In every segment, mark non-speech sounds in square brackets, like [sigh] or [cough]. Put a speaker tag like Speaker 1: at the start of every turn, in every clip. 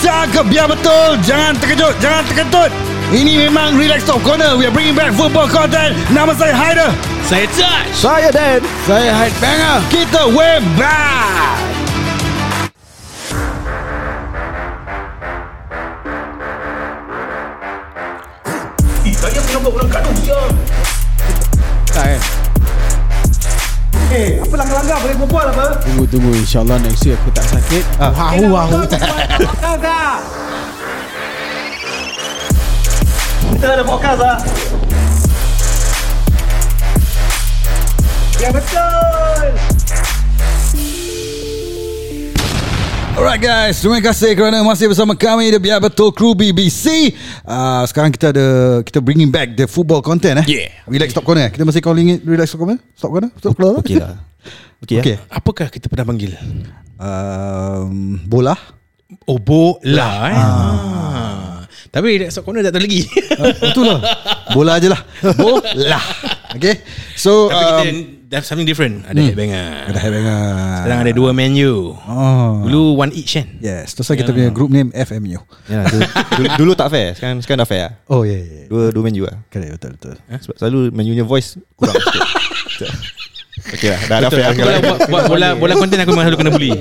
Speaker 1: Cakap biar betul Jangan terkejut Jangan terkentut Ini memang Relax Top Corner We are bringing back football content Nama saya Haider
Speaker 2: Saya touch
Speaker 3: Saya Dan
Speaker 4: Saya Haid Banger
Speaker 1: Kita way back
Speaker 3: Tak eh
Speaker 5: Eh, apa langgar-langgar boleh berbual apa?
Speaker 3: Tunggu tunggu InsyaAllah next year aku tak sakit ah. Hahu hahu
Speaker 5: Kau tak? Kita ada podcast lah. Ya betul.
Speaker 1: Alright guys Terima kasih kerana Masih bersama kami The Biar Betul Crew BBC uh, Sekarang kita ada Kita bringing back The football content eh
Speaker 2: Yeah.
Speaker 1: Relax Top Corner eh? Kita masih calling it Relax Top Corner Top Corner Top Corner
Speaker 4: Okey lah Okey
Speaker 1: Okay
Speaker 4: okay.
Speaker 2: Apakah kita pernah panggil?
Speaker 1: um, [laughs] Bola
Speaker 2: Obola eh. Ah. Tapi Red Sox Corner tak tahu lagi
Speaker 1: Betul lah Bola je lah Bola Okay So
Speaker 2: Tapi kita
Speaker 1: um, Ah.
Speaker 2: Have something different Ada headbanger
Speaker 1: Ada headbanger
Speaker 2: Sekarang ada dua menu
Speaker 1: Oh.
Speaker 2: Dulu one each kan
Speaker 1: Yes Terus kita punya group name FMU
Speaker 4: Ya, dulu, dulu, dulu tak fair Sekarang, sekarang dah fair lah
Speaker 1: Oh yeah, yeah. yeah.
Speaker 4: Dua, dua menu lah
Speaker 1: Correct betul betul
Speaker 2: Eh?
Speaker 4: Sebab selalu menu punya voice Kurang sikit
Speaker 2: [laughs]
Speaker 4: Okey lah Dah, dah fair lah
Speaker 2: Aku kalau buat, buat
Speaker 4: [laughs]
Speaker 2: bola bola konten aku memang selalu kena bully.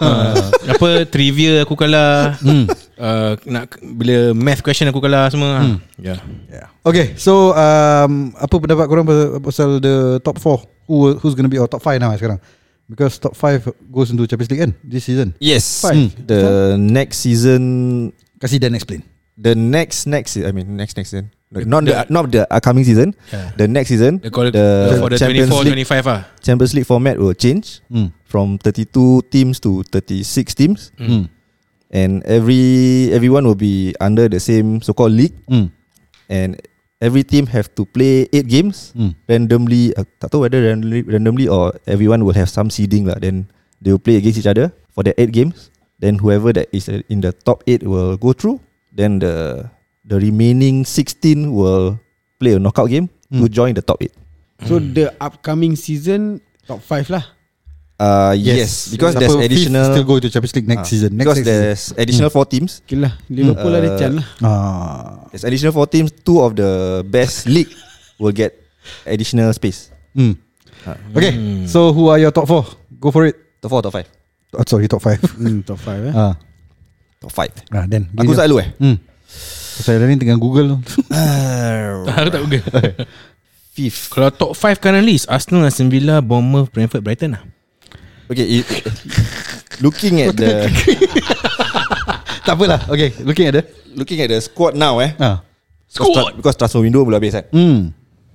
Speaker 2: Ah. apa trivia aku kalah. Hmm. Uh, nak bila math question aku kalah semua. Hmm. Ya.
Speaker 1: Yeah. Okay, so um, apa pendapat korang pasal, pasal the top 4? Who who's going to be our top 5 now sekarang? Because top 5 goes into Champions League kan this season.
Speaker 4: Yes hmm.
Speaker 1: Fine.
Speaker 4: The next season
Speaker 1: Kasih Dan explain.
Speaker 4: The next next se- I mean next next season Not the, not the upcoming season
Speaker 2: Yeah.
Speaker 4: The next season
Speaker 2: The, call, the for the
Speaker 4: Champions League
Speaker 2: 24 25 ah.
Speaker 4: Champions League format will change
Speaker 1: Hmm.
Speaker 4: from 32 teams to 36 teams
Speaker 2: Mm.
Speaker 1: Hmm.
Speaker 4: and every everyone will be under the same so-called league
Speaker 1: Hmm.
Speaker 4: and every team have to play 8 games
Speaker 1: Hmm.
Speaker 4: randomly uh, tak tahu whether randomly, randomly or everyone will have some seeding lah then they will play against each other for the 8 games then whoever that is in the top 8 will go through then the the remaining 16 will play a knockout game to join the top 8
Speaker 3: So the upcoming season Top 5 lah
Speaker 4: uh, yes, because
Speaker 1: Siapa
Speaker 4: there's
Speaker 1: fifth
Speaker 4: additional
Speaker 1: still go to Champions League next
Speaker 4: Ah,
Speaker 1: season. Next
Speaker 4: because
Speaker 1: season.
Speaker 4: there's additional four teams.
Speaker 3: Okay lah Liverpool
Speaker 4: Hmm.
Speaker 3: ada
Speaker 4: Uh,
Speaker 3: can lah
Speaker 1: Ah.
Speaker 4: There's additional four teams. Two of the best league will get additional space.
Speaker 1: Hmm. Okay, so who are your top 4? Go for it.
Speaker 4: Top four, top five,
Speaker 1: Oh, sorry, top [laughs] 5.
Speaker 3: hmm, Top 5 eh
Speaker 1: ah.
Speaker 4: top five.
Speaker 1: Nah, Dan. gini.
Speaker 4: Aku selalu eh.
Speaker 1: Hmm. Saya ni tengah [laughs] Google tu.
Speaker 2: Aku tak google.
Speaker 4: Oh. Fifth.
Speaker 2: Kalau top 5 current list Arsenal, Aston Villa, Bournemouth, Brentford, Brighton lah.
Speaker 4: Okay. It, looking at the
Speaker 1: tak apalah. Okay, looking at the.
Speaker 4: looking at the squad now eh.
Speaker 1: Ah.
Speaker 4: Because tra- Because transfer window belum habis kan.
Speaker 1: Hmm.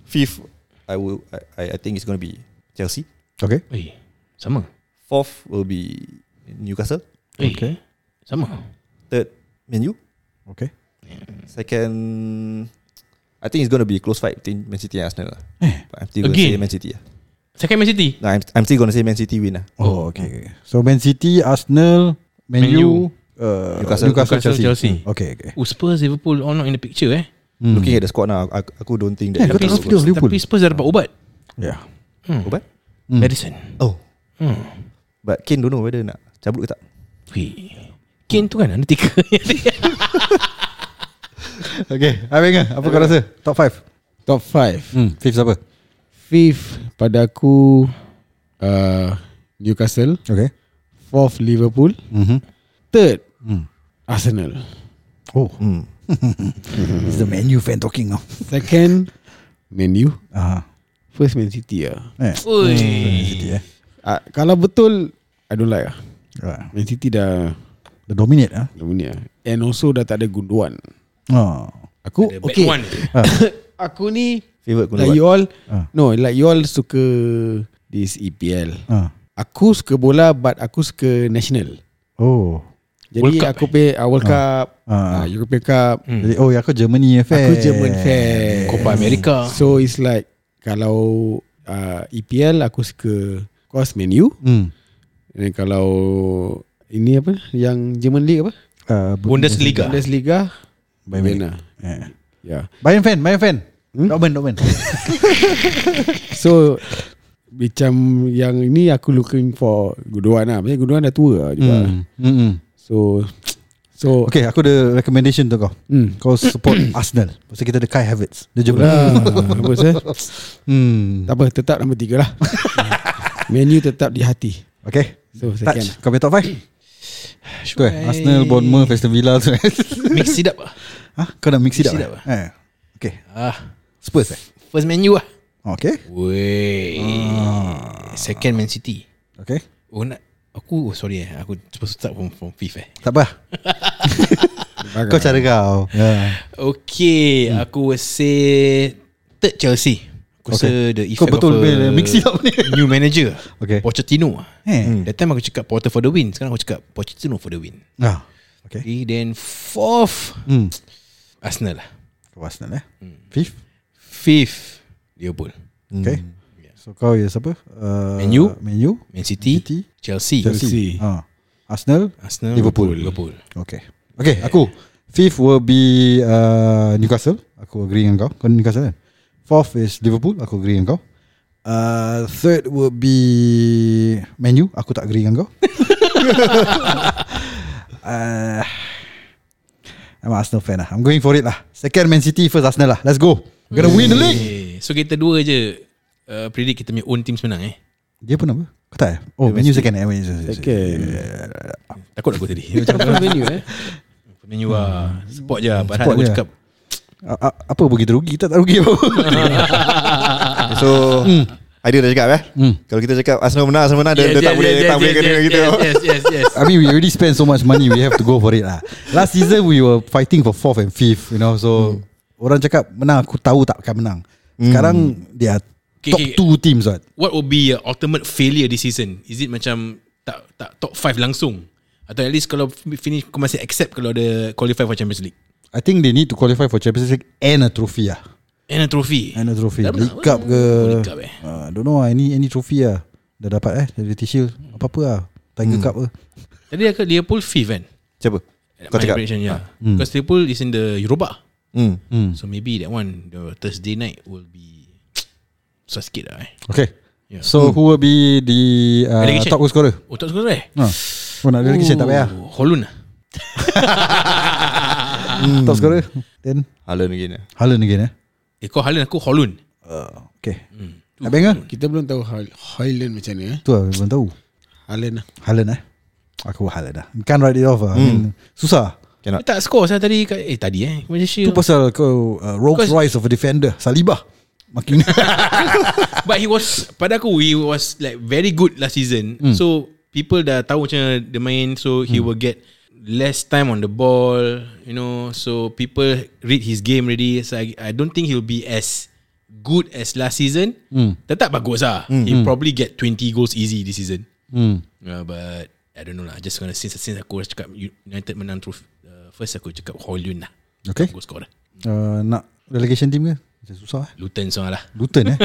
Speaker 4: Fifth, I will. I, I think it's gonna be Chelsea.
Speaker 1: Okay.
Speaker 2: Eh, sama.
Speaker 4: Fourth will be Newcastle.
Speaker 2: Eh, okay. Sama.
Speaker 4: Third, Man U.
Speaker 1: Okay.
Speaker 4: Second, I think it's gonna be a close fight between Man City and Arsenal. lah. But I'm still gonna
Speaker 2: Eh, Again?
Speaker 4: say Man City. lah.
Speaker 2: Second Man City.
Speaker 4: No, I'm, I'm still gonna say Man City win lah.
Speaker 1: Oh, okay. So Man City, Arsenal, Man, U,
Speaker 2: Man U,
Speaker 1: uh, Newcastle, Newcastle,
Speaker 4: Newcastle,
Speaker 2: Newcastle,
Speaker 1: Chelsea.
Speaker 2: Chelsea.
Speaker 1: Hmm. Okay, okay.
Speaker 2: Oh, Spurs, Liverpool all not in the picture eh.
Speaker 4: Mm. Looking at the squad now, aku, aku don't think that.
Speaker 1: Yeah, kau
Speaker 2: Tapi,
Speaker 1: tak
Speaker 4: Liverpool
Speaker 1: confident Liverpool.
Speaker 2: tapi Spurs dah dapat ubat.
Speaker 1: Yeah.
Speaker 4: will go- Ubat?
Speaker 2: Hmm. Madison.
Speaker 4: Oh. But Kane don't know whether nak cabut ke tak.
Speaker 2: Wih. Kane tu kan ada tiga. [laughs]
Speaker 1: Okay, Abang, apa kau rasa? Top 5?
Speaker 3: Top 5
Speaker 1: Hmm, fifth siapa?
Speaker 3: Fifth pada aku uh, Newcastle
Speaker 1: Okay.
Speaker 3: Fourth Liverpool
Speaker 1: Mm-hmm.
Speaker 3: Third Arsenal
Speaker 1: Oh,
Speaker 4: Hmm.
Speaker 1: it's the Man U fan talking now.
Speaker 3: Second Man U
Speaker 1: Ah,
Speaker 3: First Man City lah
Speaker 1: eh.
Speaker 2: Ui.
Speaker 1: Man City eh.
Speaker 3: uh, Kalau betul I don't like lah
Speaker 1: Right.
Speaker 3: Man City dah
Speaker 1: The dominate ah.
Speaker 3: dah bunyi lah And also dah tak ada gunduan
Speaker 1: Oh.
Speaker 3: Aku
Speaker 2: The bad
Speaker 3: okay
Speaker 2: one.
Speaker 3: Aku ni
Speaker 4: Favorite guna buat.
Speaker 3: Like Lah, you all
Speaker 1: Ah.
Speaker 3: No like you all suka This EPL
Speaker 1: Ah.
Speaker 3: Aku suka bola But aku suka national
Speaker 1: Oh.
Speaker 3: Jadi
Speaker 2: World Cup,
Speaker 3: aku pay uh, World Cup
Speaker 1: Ah.
Speaker 3: uh, European Cup
Speaker 1: Hmm. Jadi, oh, aku Germany eh, fan.
Speaker 3: Aku German fan
Speaker 2: Copa America.
Speaker 3: So it's like Kalau uh, EPL Aku suka Of course Man U
Speaker 1: Hmm.
Speaker 3: Dan kalau Ini apa Yang German League apa
Speaker 1: Uh,
Speaker 2: Bundesliga.
Speaker 3: Bundesliga
Speaker 1: Bayern.
Speaker 3: Vienna.
Speaker 1: Yeah.
Speaker 3: Yeah.
Speaker 1: Bayern fan, Bayern fan. Hmm? Dortmund, Dortmund.
Speaker 3: So Macam Yang ini aku looking for Guduan lah Maksudnya Guduan dah tua lah juga
Speaker 1: Hmm. Mm-mm.
Speaker 3: So So
Speaker 1: Hmm. Okay aku ada recommendation untuk kau
Speaker 3: Hmm.
Speaker 1: Kau support Arsenal Pasal kita ada Kai Havertz Dia jumpa
Speaker 3: Itulah. Apa saya?
Speaker 1: hmm.
Speaker 3: Tak apa, tetap nombor tiga lah. Menu tetap di hati.
Speaker 1: Okay
Speaker 3: So second.
Speaker 1: Touch Kau punya top 5 Tu eh Arsenal, Bournemouth, Aston Villa tu eh
Speaker 2: Mix it up
Speaker 1: ha? Kau nak mix it
Speaker 2: Mix
Speaker 1: up,
Speaker 2: it
Speaker 1: eh?
Speaker 2: up lah.
Speaker 1: eh? Okay
Speaker 2: ah.
Speaker 1: Spurs eh
Speaker 2: First Man U lah
Speaker 1: Okay
Speaker 2: Wey Second Man City
Speaker 1: Okay
Speaker 2: Oh nak Aku oh, sorry eh Aku supposed to start from, from fifth eh
Speaker 1: Tak apa lah. Kau cara kau Ya. yeah.
Speaker 2: Okay hmm. Aku will say Third Chelsea Aku okay. say the
Speaker 1: Kau
Speaker 2: effect
Speaker 1: betul
Speaker 2: of
Speaker 1: boleh
Speaker 2: a
Speaker 1: mix it up ni
Speaker 2: New manager
Speaker 1: Okay.
Speaker 2: Pochettino
Speaker 1: Eh.
Speaker 2: hmm. That time aku cakap Porter for the win Sekarang aku cakap Pochettino for the win
Speaker 1: ah. Okay
Speaker 2: okay, Then fourth
Speaker 1: hmm.
Speaker 2: Arsenal lah
Speaker 1: Kau Arsenal eh Fifth Hmm.
Speaker 2: Fifth Liverpool
Speaker 1: Okay So kau ya siapa uh,
Speaker 2: Man U.
Speaker 1: Man U
Speaker 2: Man City,
Speaker 1: City,
Speaker 2: Chelsea,
Speaker 1: Chelsea, Ah. Arsenal
Speaker 2: Arsenal
Speaker 1: Liverpool.
Speaker 2: Liverpool
Speaker 1: Okay Okay aku Fifth will be uh, Newcastle Aku agree dengan kau Kau Newcastle kan Fourth is Liverpool Aku agree dengan kau uh, Third will be Man U Aku tak agree dengan kau [laughs] uh, I'm an Arsenal fan lah I'm going for it lah Second Man City First Arsenal lah Let's go We're gonna win the league
Speaker 2: Eh, So kita dua je uh, Predict kita punya own teams menang eh
Speaker 1: Dia pun apa? Kau tak eh? Oh Man U second eh? Man U second.
Speaker 2: Takut aku tadi Macam
Speaker 3: Menu eh.
Speaker 2: Man U lah Support je lah Padahal
Speaker 1: Support
Speaker 2: aku
Speaker 1: je.
Speaker 2: cakap
Speaker 1: A- a- Apa begitu rugi Kita tak rugi apa
Speaker 4: So Aidil dah cakap eh Kalau kita cakap Arsenal menang Arsenal menang Dia, dia tak boleh Tak boleh kena kita
Speaker 2: Yes yes yes
Speaker 1: [laughs] I mean, we already spent so much money. We have to go for it lah. Last season we were fighting for fourth and fifth, you know. So orang cakap menang, aku tahu tak akan menang. Sekarang dia
Speaker 2: Okay,
Speaker 1: top
Speaker 2: okay.
Speaker 1: two teams kan.
Speaker 2: What would be your ultimate failure this season? Is it macam tak tak top 5 langsung? Atau at least kalau finish kau masih accept kalau ada qualify for Champions League?
Speaker 1: I think they need to qualify for Champions League and a trophy lah.
Speaker 2: And a trophy.
Speaker 1: And a trophy.
Speaker 2: Dah
Speaker 1: League
Speaker 2: menang.
Speaker 1: Cup ke.
Speaker 2: League Cup eh.
Speaker 1: Uh, don't know lah. Any, any trophy lah. Dah dapat eh. Charity Shield. Apa-apa lah. Tiger Cup ke.
Speaker 2: Tadi aku Liverpool fifth kan?
Speaker 4: Siapa? Kau
Speaker 2: My
Speaker 4: cakap
Speaker 2: prediction, yeah. Because Liverpool is in the Europa.
Speaker 4: hmm.
Speaker 2: So maybe that one the Thursday night will be susah sikit lah eh.
Speaker 1: Okay.
Speaker 2: Yeah.
Speaker 1: So who will be the uh,
Speaker 2: Relegation.
Speaker 1: top goal scorer?
Speaker 2: Oh tak sekolah eh?
Speaker 1: Ha. Oh nak relegation tak payah.
Speaker 2: Oh, Holun lah.
Speaker 1: Top scorer. Then
Speaker 4: Haaland again eh.
Speaker 1: Hmm. Haaland again eh.
Speaker 2: Eh kau Holun aku Holun.
Speaker 1: Okay. Abang ke?
Speaker 3: Kita belum tahu Hal- Haaland macam mana eh.
Speaker 1: Tu lah belum tahu
Speaker 3: Haaland lah.
Speaker 1: Haaland eh Aku Haaland lah Can't write it off lah I mean, Susah
Speaker 2: Dia tak score saya tadi kat, eh tadi eh Malaysia.
Speaker 1: Itu pasal kau uh, Rolls
Speaker 2: Because-
Speaker 1: Royce of a defender Salibah Makin
Speaker 2: But he was Pada aku He was like Very good last season
Speaker 1: Hmm.
Speaker 2: So People dah tahu macam mana Dia main So he will get Less time on the ball You know So people Read his game already So I, I don't think He'll be as Good as last season
Speaker 1: Hmm.
Speaker 2: Tetap bagus lah He'll probably get 20 goals easy This season
Speaker 1: Hmm.
Speaker 2: uh, But I don't know lah Just gonna Since, since aku cakap United menang through uh, First aku cakap Hoylun lah
Speaker 1: Okay
Speaker 2: Goal scorer
Speaker 1: uh, Nak relegation team ke Macam susah eh
Speaker 2: Luton seorang lah
Speaker 1: Luton eh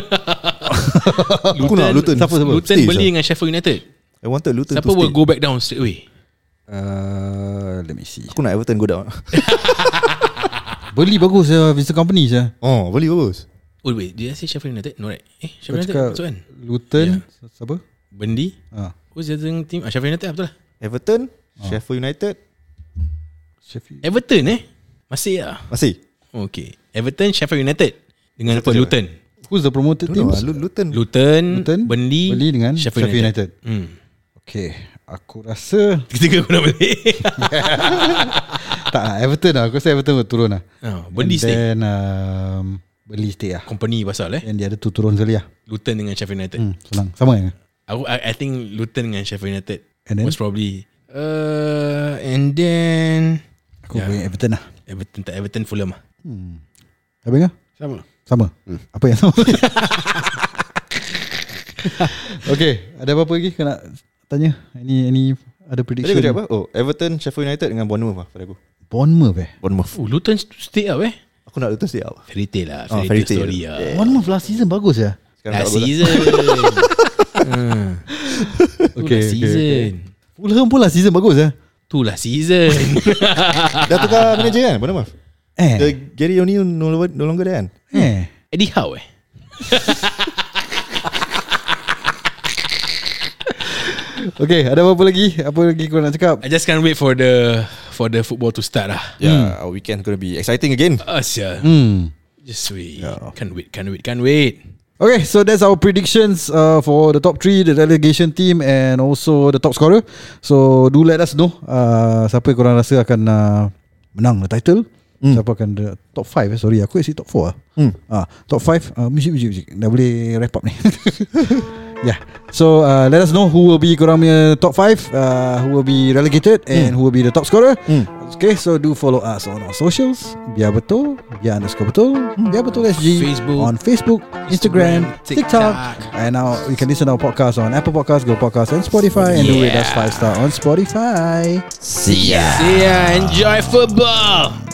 Speaker 4: Aku nak Luton
Speaker 1: Siapa, siapa?
Speaker 2: Luton
Speaker 4: Stay,
Speaker 2: beli
Speaker 4: sir.
Speaker 2: dengan Sheffield United
Speaker 4: I wanted Luton
Speaker 2: Siapa
Speaker 4: to
Speaker 2: will
Speaker 4: stay
Speaker 2: go back down straight away?
Speaker 1: uh, Let me see
Speaker 4: Aku nak Everton go down
Speaker 1: Beli bagus uh, Vincent Company je
Speaker 4: Oh boleh bagus
Speaker 2: Oh wait, did I say Sheffield United? No right? Eh,
Speaker 1: Kau
Speaker 2: Sheffield United
Speaker 1: cakap
Speaker 2: betul kan?
Speaker 1: Luton Siapa
Speaker 2: Bendi?
Speaker 1: Ah,
Speaker 2: Who's the other team? Ah, Sheffield United lah, betul lah.
Speaker 4: Everton Sheffield United
Speaker 1: Sheffield
Speaker 2: Everton eh? Masih lah.
Speaker 4: Masih
Speaker 2: Oh, okay. Everton, Sheffield United. Dengan apa? Luton.
Speaker 1: Who's the promoted
Speaker 4: Don't know
Speaker 1: team
Speaker 4: lah Lu- Luton
Speaker 2: Luton,
Speaker 1: ah, Luton,
Speaker 2: Burnley,
Speaker 1: Burnley dengan Sheffield United.
Speaker 2: Hmm. [laughs]
Speaker 1: Okay Aku rasa
Speaker 2: Ketiga aku nak
Speaker 1: [laughs]
Speaker 2: balik.
Speaker 1: Tak lah Everton lah Aku rasa Everton will turun lah
Speaker 2: oh, Burnley
Speaker 1: And
Speaker 2: stay.
Speaker 1: Then um, Burnley stay lah
Speaker 2: Company pasal eh.
Speaker 1: And the other two turun sekali lah
Speaker 2: Luton dengan Sheffield United.
Speaker 1: hmm, Senang Sama ya
Speaker 2: Aku, I, I think Luton dengan Sheffield United
Speaker 1: And then?
Speaker 2: most probably. Uh, and then
Speaker 1: Aku yeah. going Everton lah
Speaker 2: Everton tak Everton Fulham lah.
Speaker 1: Habis ke?
Speaker 3: Sama.
Speaker 1: Sama hmm. Apa yang sama [laughs] Okay Ada apa-apa lagi Kau nak tanya Any, any Ada
Speaker 4: Tadi
Speaker 1: prediction
Speaker 4: aku cakap apa? Oh Everton Sheffield United dengan Bournemouth lah pada aku
Speaker 1: Bournemouth eh
Speaker 4: Bournemouth
Speaker 2: Oh, Luton stay up eh.
Speaker 4: Aku nak Luton stay out lah
Speaker 2: Fairy tale lah.
Speaker 4: Oh,
Speaker 2: Fairy,
Speaker 4: fairy
Speaker 2: tale,
Speaker 4: tale.
Speaker 2: story lah.
Speaker 4: Yeah.
Speaker 1: Bournemouth last season bagus ya
Speaker 4: Sekarang tak
Speaker 2: Last
Speaker 4: bagus lah.
Speaker 2: season.
Speaker 1: [laughs] Okay,
Speaker 2: Last season.
Speaker 1: Fulham pun last season bagus ya
Speaker 2: Tu lah season. [laughs]
Speaker 4: Dah tukar manager kan Bournemouth The
Speaker 1: Eh
Speaker 4: Gary O'Neill no, longer- no longer there kan
Speaker 1: Eh
Speaker 2: Eddie Howe eh.
Speaker 1: Okay ada apa-apa lagi Apa lagi kau nak cakap
Speaker 2: I just can't wait for the for the football to start lah.
Speaker 4: Yeah, our weekend gonna be exciting again.
Speaker 2: Asia.
Speaker 1: Hmm.
Speaker 2: Just wait. Can't wait, can't wait, can't wait.
Speaker 1: Okay, so that's our predictions uh, for the top three, the relegation team, and also the top scorer. So do let us know uh, siapa yang korang rasa akan uh, menang the title. Mm. Siapa akan the top five? eh, Sorry, aku actually top four. Ah, mm. uh, top five. Uh, music, music, music. Dah boleh wrap up ni. [laughs] yeah. So uh, let us know who will be korang punya top five, uh, who will be relegated, and mm. who will be the top scorer. Mm. Okay, so do follow us on our socials. Biar betul, biar underscore betul, biar betul SG
Speaker 2: Facebook.
Speaker 1: on Facebook, Instagram, TikTok, and now you can listen to our podcast on Apple Podcasts, Google Podcasts, and Spotify. And do rate us five star on Spotify.
Speaker 4: See ya.
Speaker 2: Yeah, enjoy football.